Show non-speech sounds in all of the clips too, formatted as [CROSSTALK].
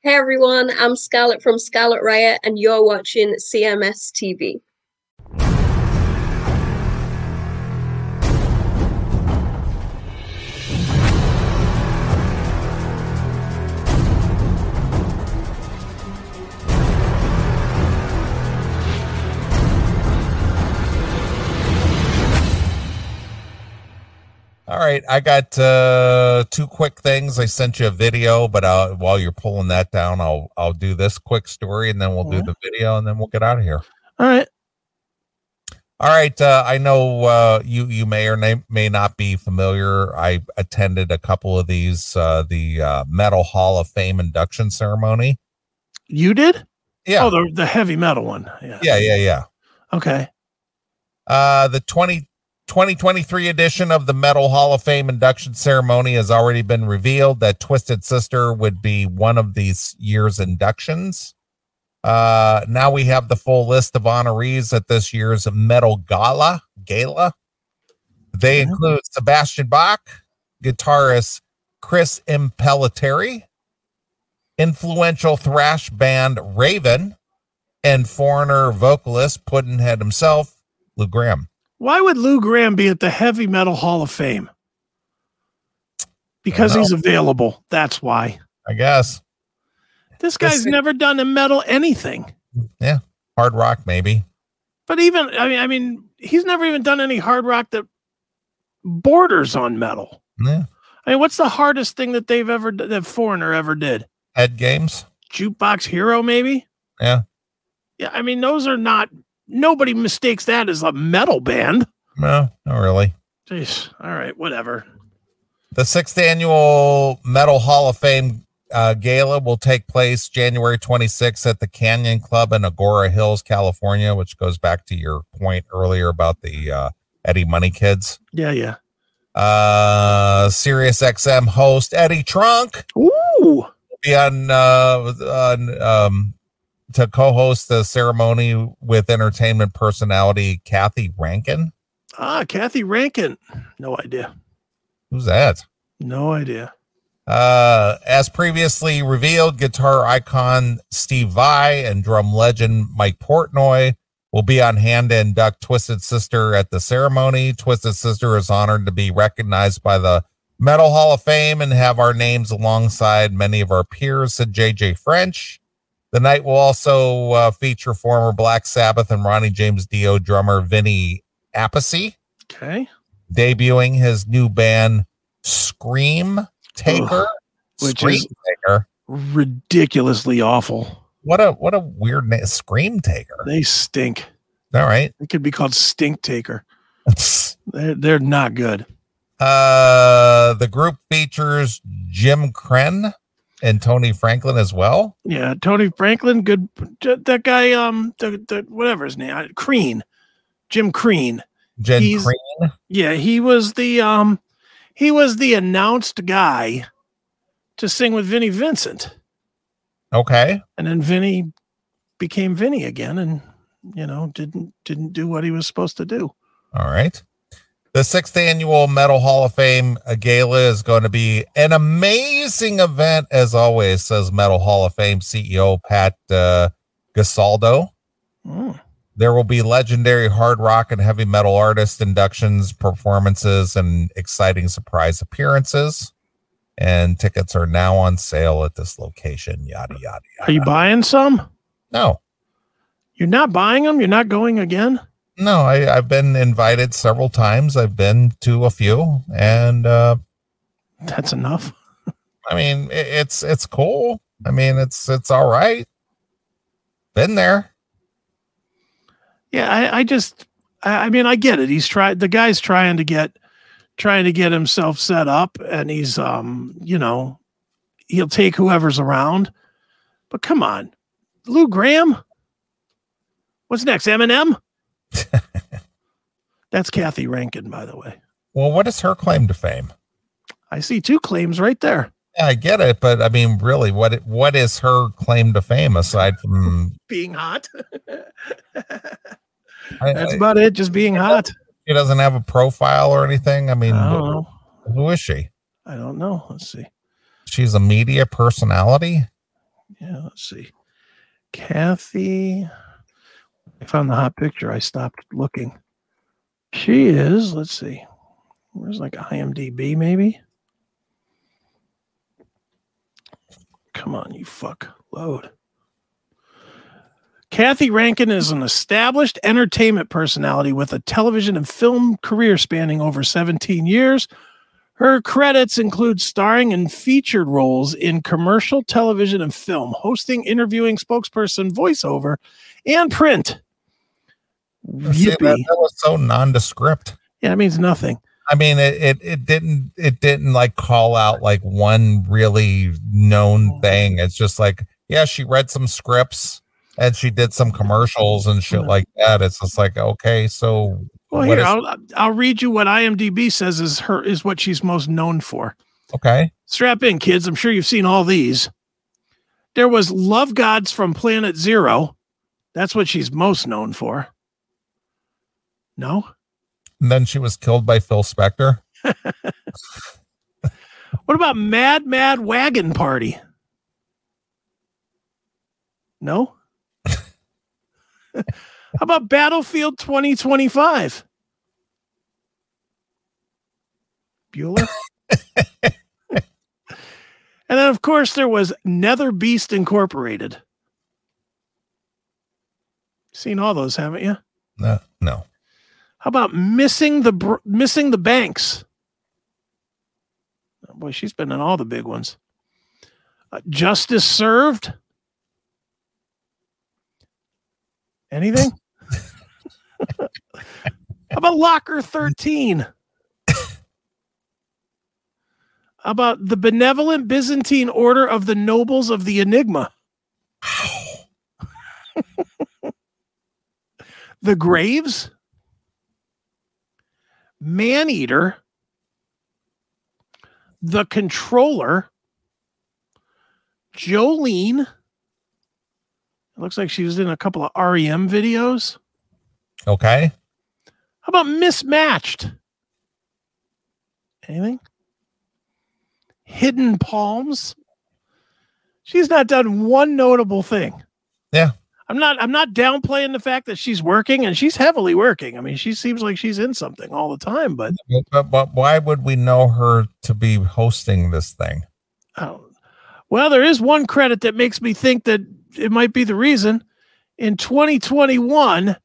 Hey everyone, I'm Scarlett from Scarlet Riot, and you're watching CMS TV. All right, I got uh, two quick things. I sent you a video, but i while you're pulling that down, I'll I'll do this quick story, and then we'll do the video, and then we'll get out of here. All right. All right, uh, I know uh, you you may or may, may not be familiar. I attended a couple of these uh, the uh, Metal Hall of Fame induction ceremony. You did? Yeah, Oh, the, the heavy metal one. Yeah. yeah, yeah, yeah. Okay. Uh, the 20, 2023 edition of the Metal Hall of Fame induction ceremony has already been revealed that Twisted Sister would be one of these year's inductions. Uh, now we have the full list of honorees at this year's Metal Gala. Gala. They Yeah. include Sebastian Bach, guitarist Chris Impellitteri, influential thrash band Raven, and foreigner vocalist Puddinhead himself, Lou Graham. Why would Lou Graham be at the Heavy Metal Hall of Fame? Because know. he's available. That's why. I guess. This guy's thing- never done a metal anything. Hard rock, maybe. But even I mean, I mean, he's never even done any hard rock that borders on metal. Yeah. I mean, what's the hardest thing that they've ever d- that foreigner ever did? Head games. Jukebox Hero, maybe. Yeah. Yeah. I mean, those are not. Nobody mistakes that as a metal band. No, not really. Jeez. All right. Whatever. The sixth annual Metal Hall of Fame uh, gala will take place January 26th at the Canyon Club in Agora Hills, California, which goes back to your point earlier about the uh, Eddie Money Kids. Yeah. Yeah. Uh, Sirius XM host Eddie Trunk Ooh. be on uh on um to co-host the ceremony with entertainment personality Kathy Rankin. Ah, Kathy Rankin. No idea. Who's that? No idea. Uh, as previously revealed, guitar icon Steve Vai and drum legend Mike Portnoy will be on hand to induct Twisted Sister at the ceremony. Twisted Sister is honored to be recognized by the Metal Hall of Fame and have our names alongside many of our peers, said JJ French. The night will also uh, feature former Black Sabbath and Ronnie James Dio drummer Vinny Appice Okay. debuting his new band Scream Taker. Which Scream is- Taker. Ridiculously awful. What a what a weird name. Scream Taker. They stink. All right. [LAUGHS] It could be called Stink Taker. They're, they're not good. Uh the group features Jim Krenn and Tony Franklin as well. Yeah, Tony Franklin, good. That guy, um, the, the whatever his name, uh, Crean, Jim Crean. Jen He's- Kreen. Yeah, he was the um, he was the announced guy to sing with Vinnie Vincent, Okay. and then Vinnie became Vinnie again, and you know didn't didn't do what he was supposed to do. All right. The sixth annual Metal Hall of Fame uh, gala is going to be an amazing event, as always, says Metal Hall of Fame CEO Pat uh, Gasaldo. Mm, There will be legendary hard rock and heavy metal artist inductions, performances, and exciting surprise appearances. And tickets are now on sale at this location. Yada yada yada. Are you buying some? no, You're not buying them. You're not going again. no. I, I've been invited several times. I've been to a few, and uh, That's enough. I mean, it, it's it's cool. I mean, it's it's all right. Been there. Yeah, I, I just, I, I mean, I get it. He's tried. The guy's trying to get, trying to get himself set up, and he's, um, you know, he'll take whoever's around. But come on, Lou Graham. What's next, Eminem? That's Kathy Rankin, by the way. Well, what is her claim to fame? I see two claims right there. Yeah, I get it, but I mean, really, what what is her claim to fame aside from? Being hot. I- That's I- about it. Just being hot. she doesn't have a profile or anything. I I mean, don't who, know. who is she? I don't know. Let's see. She's a media personality. Yeah, let's see. Kathy. I found the hot picture. I stopped looking. She is, let's see. Where's like IMDb, maybe? Come on, you fuck. Load. Kathy Rankin is an established entertainment personality with a television and film career spanning over 17 years. Her credits include starring in featured roles in commercial television and film, hosting, interviewing, spokesperson, voiceover, and print. See, that, Yippee. that was so nondescript. Yeah, it means nothing. I mean, it, it it didn't it didn't like call out like one really Oh. known thing. It's just like, yeah, she read some scripts and she did some commercials and shit like that. It's just like, okay, so Hmm. Well, What is- here I'll I'll read you what IMDb says is her is what she's most known for. okay, Strap in, kids. I'm sure you've seen all these. There was Love Gods from Planet Zero. That's what she's most known for. No, and then she was killed by Phil Spector. What about Mad Mad Wagon Party? No? [LAUGHS] How about Battlefield 2025? Bueller? [LAUGHS] and then, of course, there was Nether Beast Incorporated. Seen all those, haven't you? No, no. How about missing the br- missing the banks? Oh, boy, she's been in all the big ones. Uh, justice served. Anything? How about Locker Thirteen? How about the benevolent Byzantine Order of the Nobles of the Enigma? the Graves? Man Eater, The Controller, Jolene. It looks like she was in a couple of REM videos. Okay. How about Mismatched? Anything? Hidden Palms. She's not done one notable thing. Yeah. I'm not I'm not downplaying the fact that she's working and she's heavily working. I mean, she seems like she's in something all the time, but But, but, but why would we know her to be hosting this thing? Oh. Well, there is one credit that makes me think that it might be the reason. In 2021,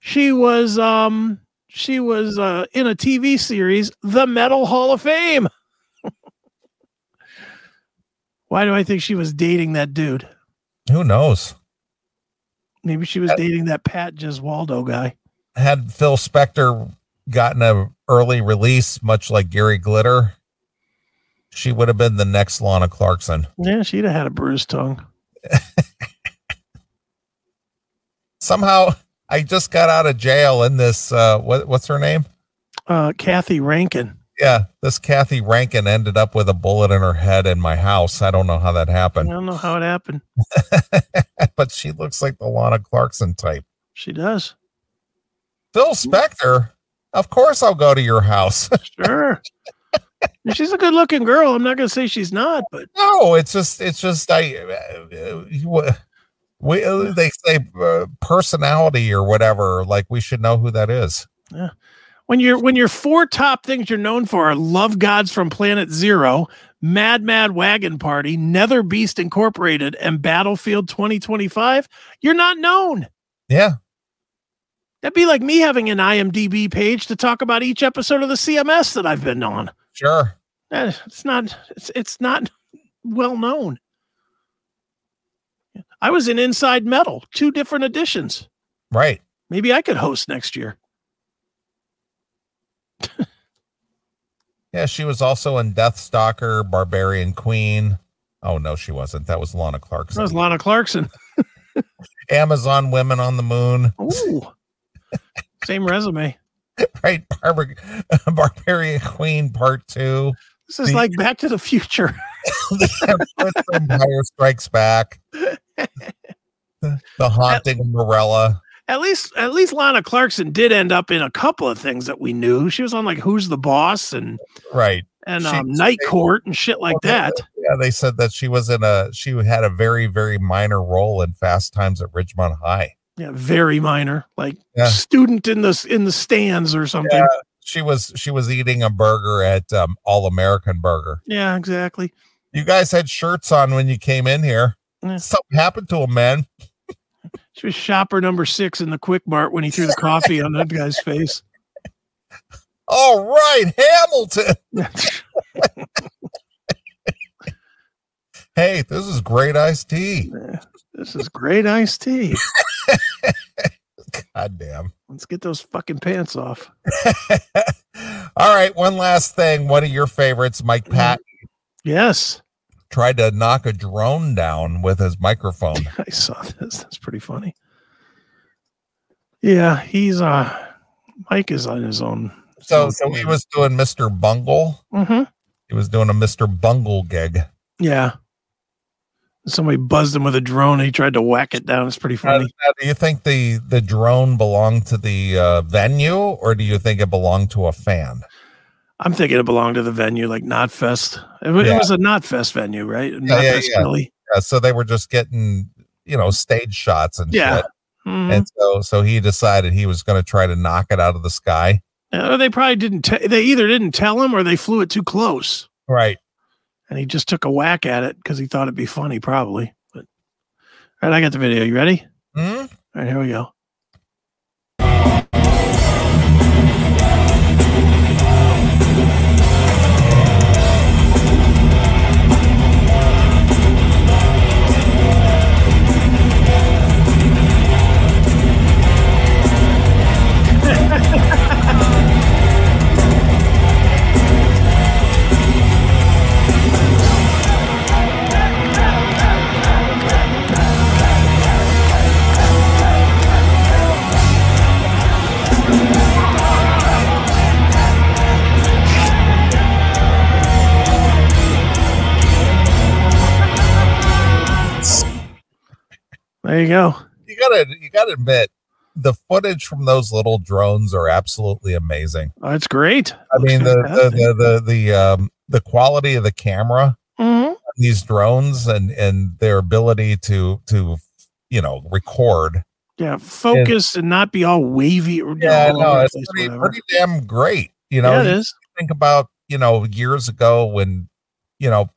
she was um she was uh, in a TV series, The Metal Hall of Fame. [LAUGHS] Why do I think she was dating that dude? Who knows? Maybe she was dating that Pat Giswaldo guy. Had Phil Spector gotten a early release, much like Gary Glitter, she would have been the next Lana Clarkson. Yeah, she'd have had a bruised tongue. Somehow, I just got out of jail in this. Uh, what, what's her name? Uh, Kathy Rankin. Yeah, this Kathy Rankin ended up with a bullet in her head in my house. I don't know how that I happened, don't know how it happened. [LAUGHS] but she looks like the Lana Clarkson type. She does. Phil Spector, of course, I'll go to your house. Sure. [LAUGHS] And she's a good looking girl. I'm not going to say she's not, but No, it's just it's just I uh, uh, we uh, they say uh, personality or whatever. Like we should know who that is. when your when your four top things you're known for are Love Gods from Planet Zero, Mad Mad Wagon Party, Nether Beast Incorporated, and Battlefield 2025, you're not known. Yeah, That'd be like me having an IMDb page to talk about each episode of the CMS that I've been on. sure. Eh, It's not it's it's not well known. I was in Inside Metal, two different editions. Right. Maybe I could host next year. Yeah, she was also in Death Stalker, Barbarian Queen. Oh no, she wasn't. That was Lana That Clarkson. was Lana Clarkson. Amazon Women on the Moon. [LAUGHS] Ooh. Same resume. Right. Barbar- [LAUGHS] Barbarian Queen Part Two. This is The- like Back to the Future. [LAUGHS] The Empress Empire Strikes [LAUGHS] Back. The Haunting of Morella. At least, at least Lana Clarkson did end up in a couple of things that we knew. She was on like Who's the Boss and Right. and She um, was Night a- Court and shit like Well, that. Yeah, they said that she was in a she had a very very minor role in Fast Times at Ridgemont High. Yeah, very minor, like Yeah. student in the s- in the stands or something. Yeah. She was she was eating a burger at um, All American Burger. yeah exactly. You guys had shirts on when you came in here. Yeah. Something happened to him, man. She was shopper number six in the Quick Mart when he threw the coffee on that guy's face. [LAUGHS] All right, Hamilton. Hey, this is great iced tea. Yeah, this is great iced tea. God damn. [LAUGHS] Let's get those fucking pants off. All right, one last thing. One of your favorites, Mike Pat, Yes, tried to knock a drone down with his [LAUGHS] microphone. [LAUGHS] I saw this. That's pretty funny. Yeah, he's uh, Mike is on his own. So, so he was doing Mr. Bungle. hmm He was doing a Mr. Bungle gig. Yeah. Somebody buzzed him with a drone. And he tried to whack it down. It's pretty Now, funny. now, do you think the the drone belonged to the uh, venue, or do you think it belonged to a fan? I'm thinking it belonged to the venue, like Knotfest. It, wa- Uh, Yeah. it was a Knotfest venue, right? Yeah, yeah, Knotfest yeah. Philly. Uh, so they were just getting you know stage shots and Yeah. shit. Mhm. And so so he decided he was going to try to knock it out of the sky. Uh, they probably didn't. Te- they either didn't tell him or they flew it too close, Right. and he just took a whack at it because he thought it'd be funny, probably. But all right, I got the video. You ready? Hmm? All right, here we go. There you go. You gotta you gotta admit the footage from those little drones are absolutely amazing. Oh, that's great. I mean the the the the, the um the quality of the camera hmm these drones and and their ability to to you know record yeah, focus and not be all wavy. Or yeah all over no the it's place, pretty, Oh, whatever. pretty damn great you know yeah, it you is. think about you know years ago when you know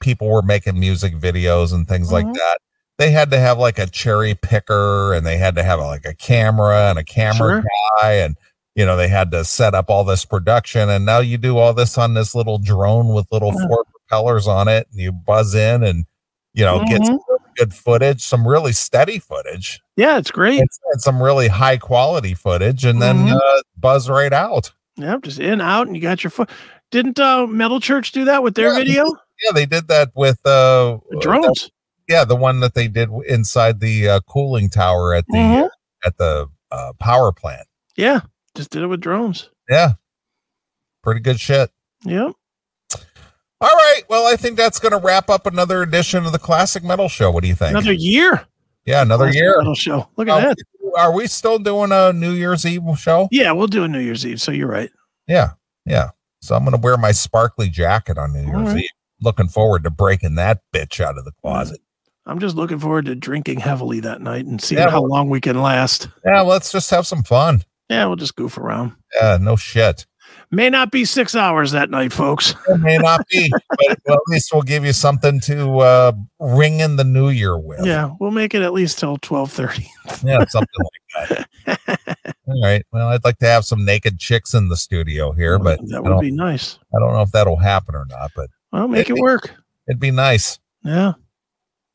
people were making music videos and things Mhm. like that they had to have like a cherry picker and they had to have like a camera and a camera Sure. guy and you know they had to set up all this production and now you do all this on this little drone with little Yeah. four propellers on it and you buzz in and you know Mm-hmm. get some really good footage some really steady footage Yeah, it's great. and, and some really high quality footage and then Mhm. uh, buzz right out Yeah, just in out, and you got your foot. Didn't uh, Metal Church do that with their Yeah, they video? yeah they did that with uh The drones. yeah the one that they did w- inside the uh, cooling tower at the Mhm. at the uh, power plant Yeah, just did it with drones. yeah pretty good shit Yeah. all right well i think that's going to wrap up another edition of the classic metal show what do you think Another year. yeah another Classic year Oh. Metal show. Look at are, that. we- are we still doing a new year's eve show Yeah, we'll do a New Year's Eve. So you're right. yeah yeah so i'm going to wear my sparkly jacket on new All year's right. eve looking forward to breaking that bitch out of the closet I'm just looking forward to drinking heavily that night and seeing Yeah, how long we can last. yeah let's just have some fun Yeah, we'll just goof around. yeah no shit May not be six hours that night, folks. It may not be, but well, at least we'll give you something to uh, ring in the new year with. Yeah, we'll make it at least till twelve thirty. Yeah, something like that. All right. Well, I'd like to have some naked chicks in the studio Oh, here, but I that would don't, be nice. I don't know if that'll happen or not, but Well, make it Maybe. work. it'd be nice. Yeah. All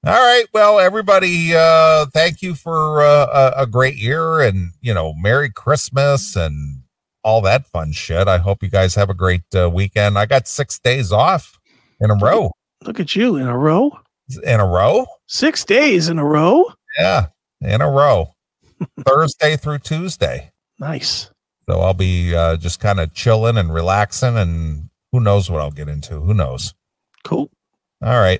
right. Well, everybody, uh, thank you for uh, a, a great year and, you know, Merry Christmas and all that fun shit. I hope you guys have a great uh, weekend. I got six days off in a row. Look at you in a row. In a row? Six days in a row. Yeah, in a row, Thursday through Tuesday. Nice. So I'll be uh, just kind of chilling and relaxing, and who knows what I'll get into? Who knows? Cool. All right.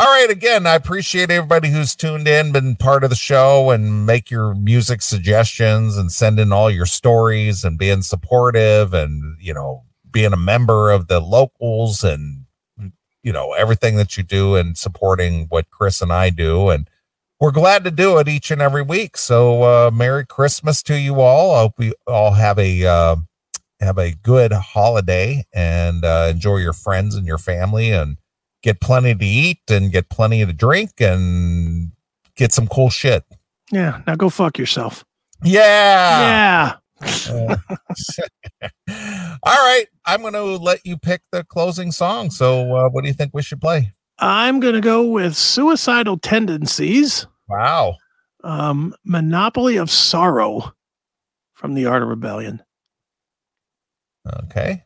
All right. Again, I appreciate everybody who's tuned in, been part of the show, and make your music suggestions and send in all your stories and being supportive and, you know, being a member of the locals and you know everything that you do and supporting what Chris and I do and we're glad to do it each and every week. So uh, Merry Christmas to you all. I hope we all have a uh, have a good holiday and uh, enjoy your friends and your family and get plenty to eat and get plenty to drink and get some cool shit. Yeah. Now go fuck yourself. [LAUGHS] Yeah. yeah. Uh, all right. I'm going to let you pick the closing song. So, uh, what do you think we should play? I'm going to go with Suicidal Tendencies, Wow. um, Monopoly of Sorrow from The Art of Rebellion. Okay.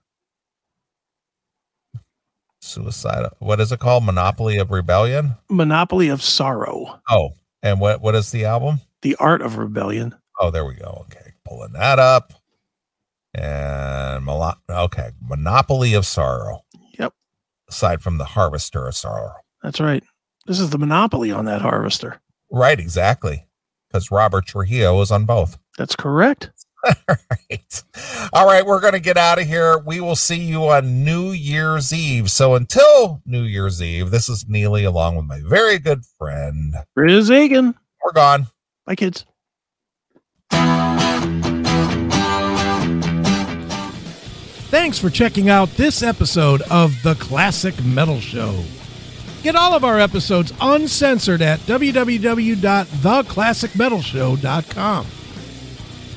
Suicide. What is it called? Monopoly of Rebellion. Monopoly of Sorrow, Oh, and what what is the album? The Art of Rebellion. Oh, there we go. Okay, pulling that up. And Molo- okay, Monopoly of Sorrow. Yep. Aside from the Harvester of Sorrow. That's right. This is the Monopoly on that harvester. Right, exactly. Because Robert Trujillo is on both. [LAUGHS] That's correct. All right. All right, we're going to get out of here. We will see you on New Year's Eve. So until New Year's Eve, this is Neely along with my very good friend. Riz Egan. We're gone. Bye, kids. Thanks for checking out this episode of The Classic Metal Show. Get all of our episodes uncensored at www.theclassicmetalshow.com.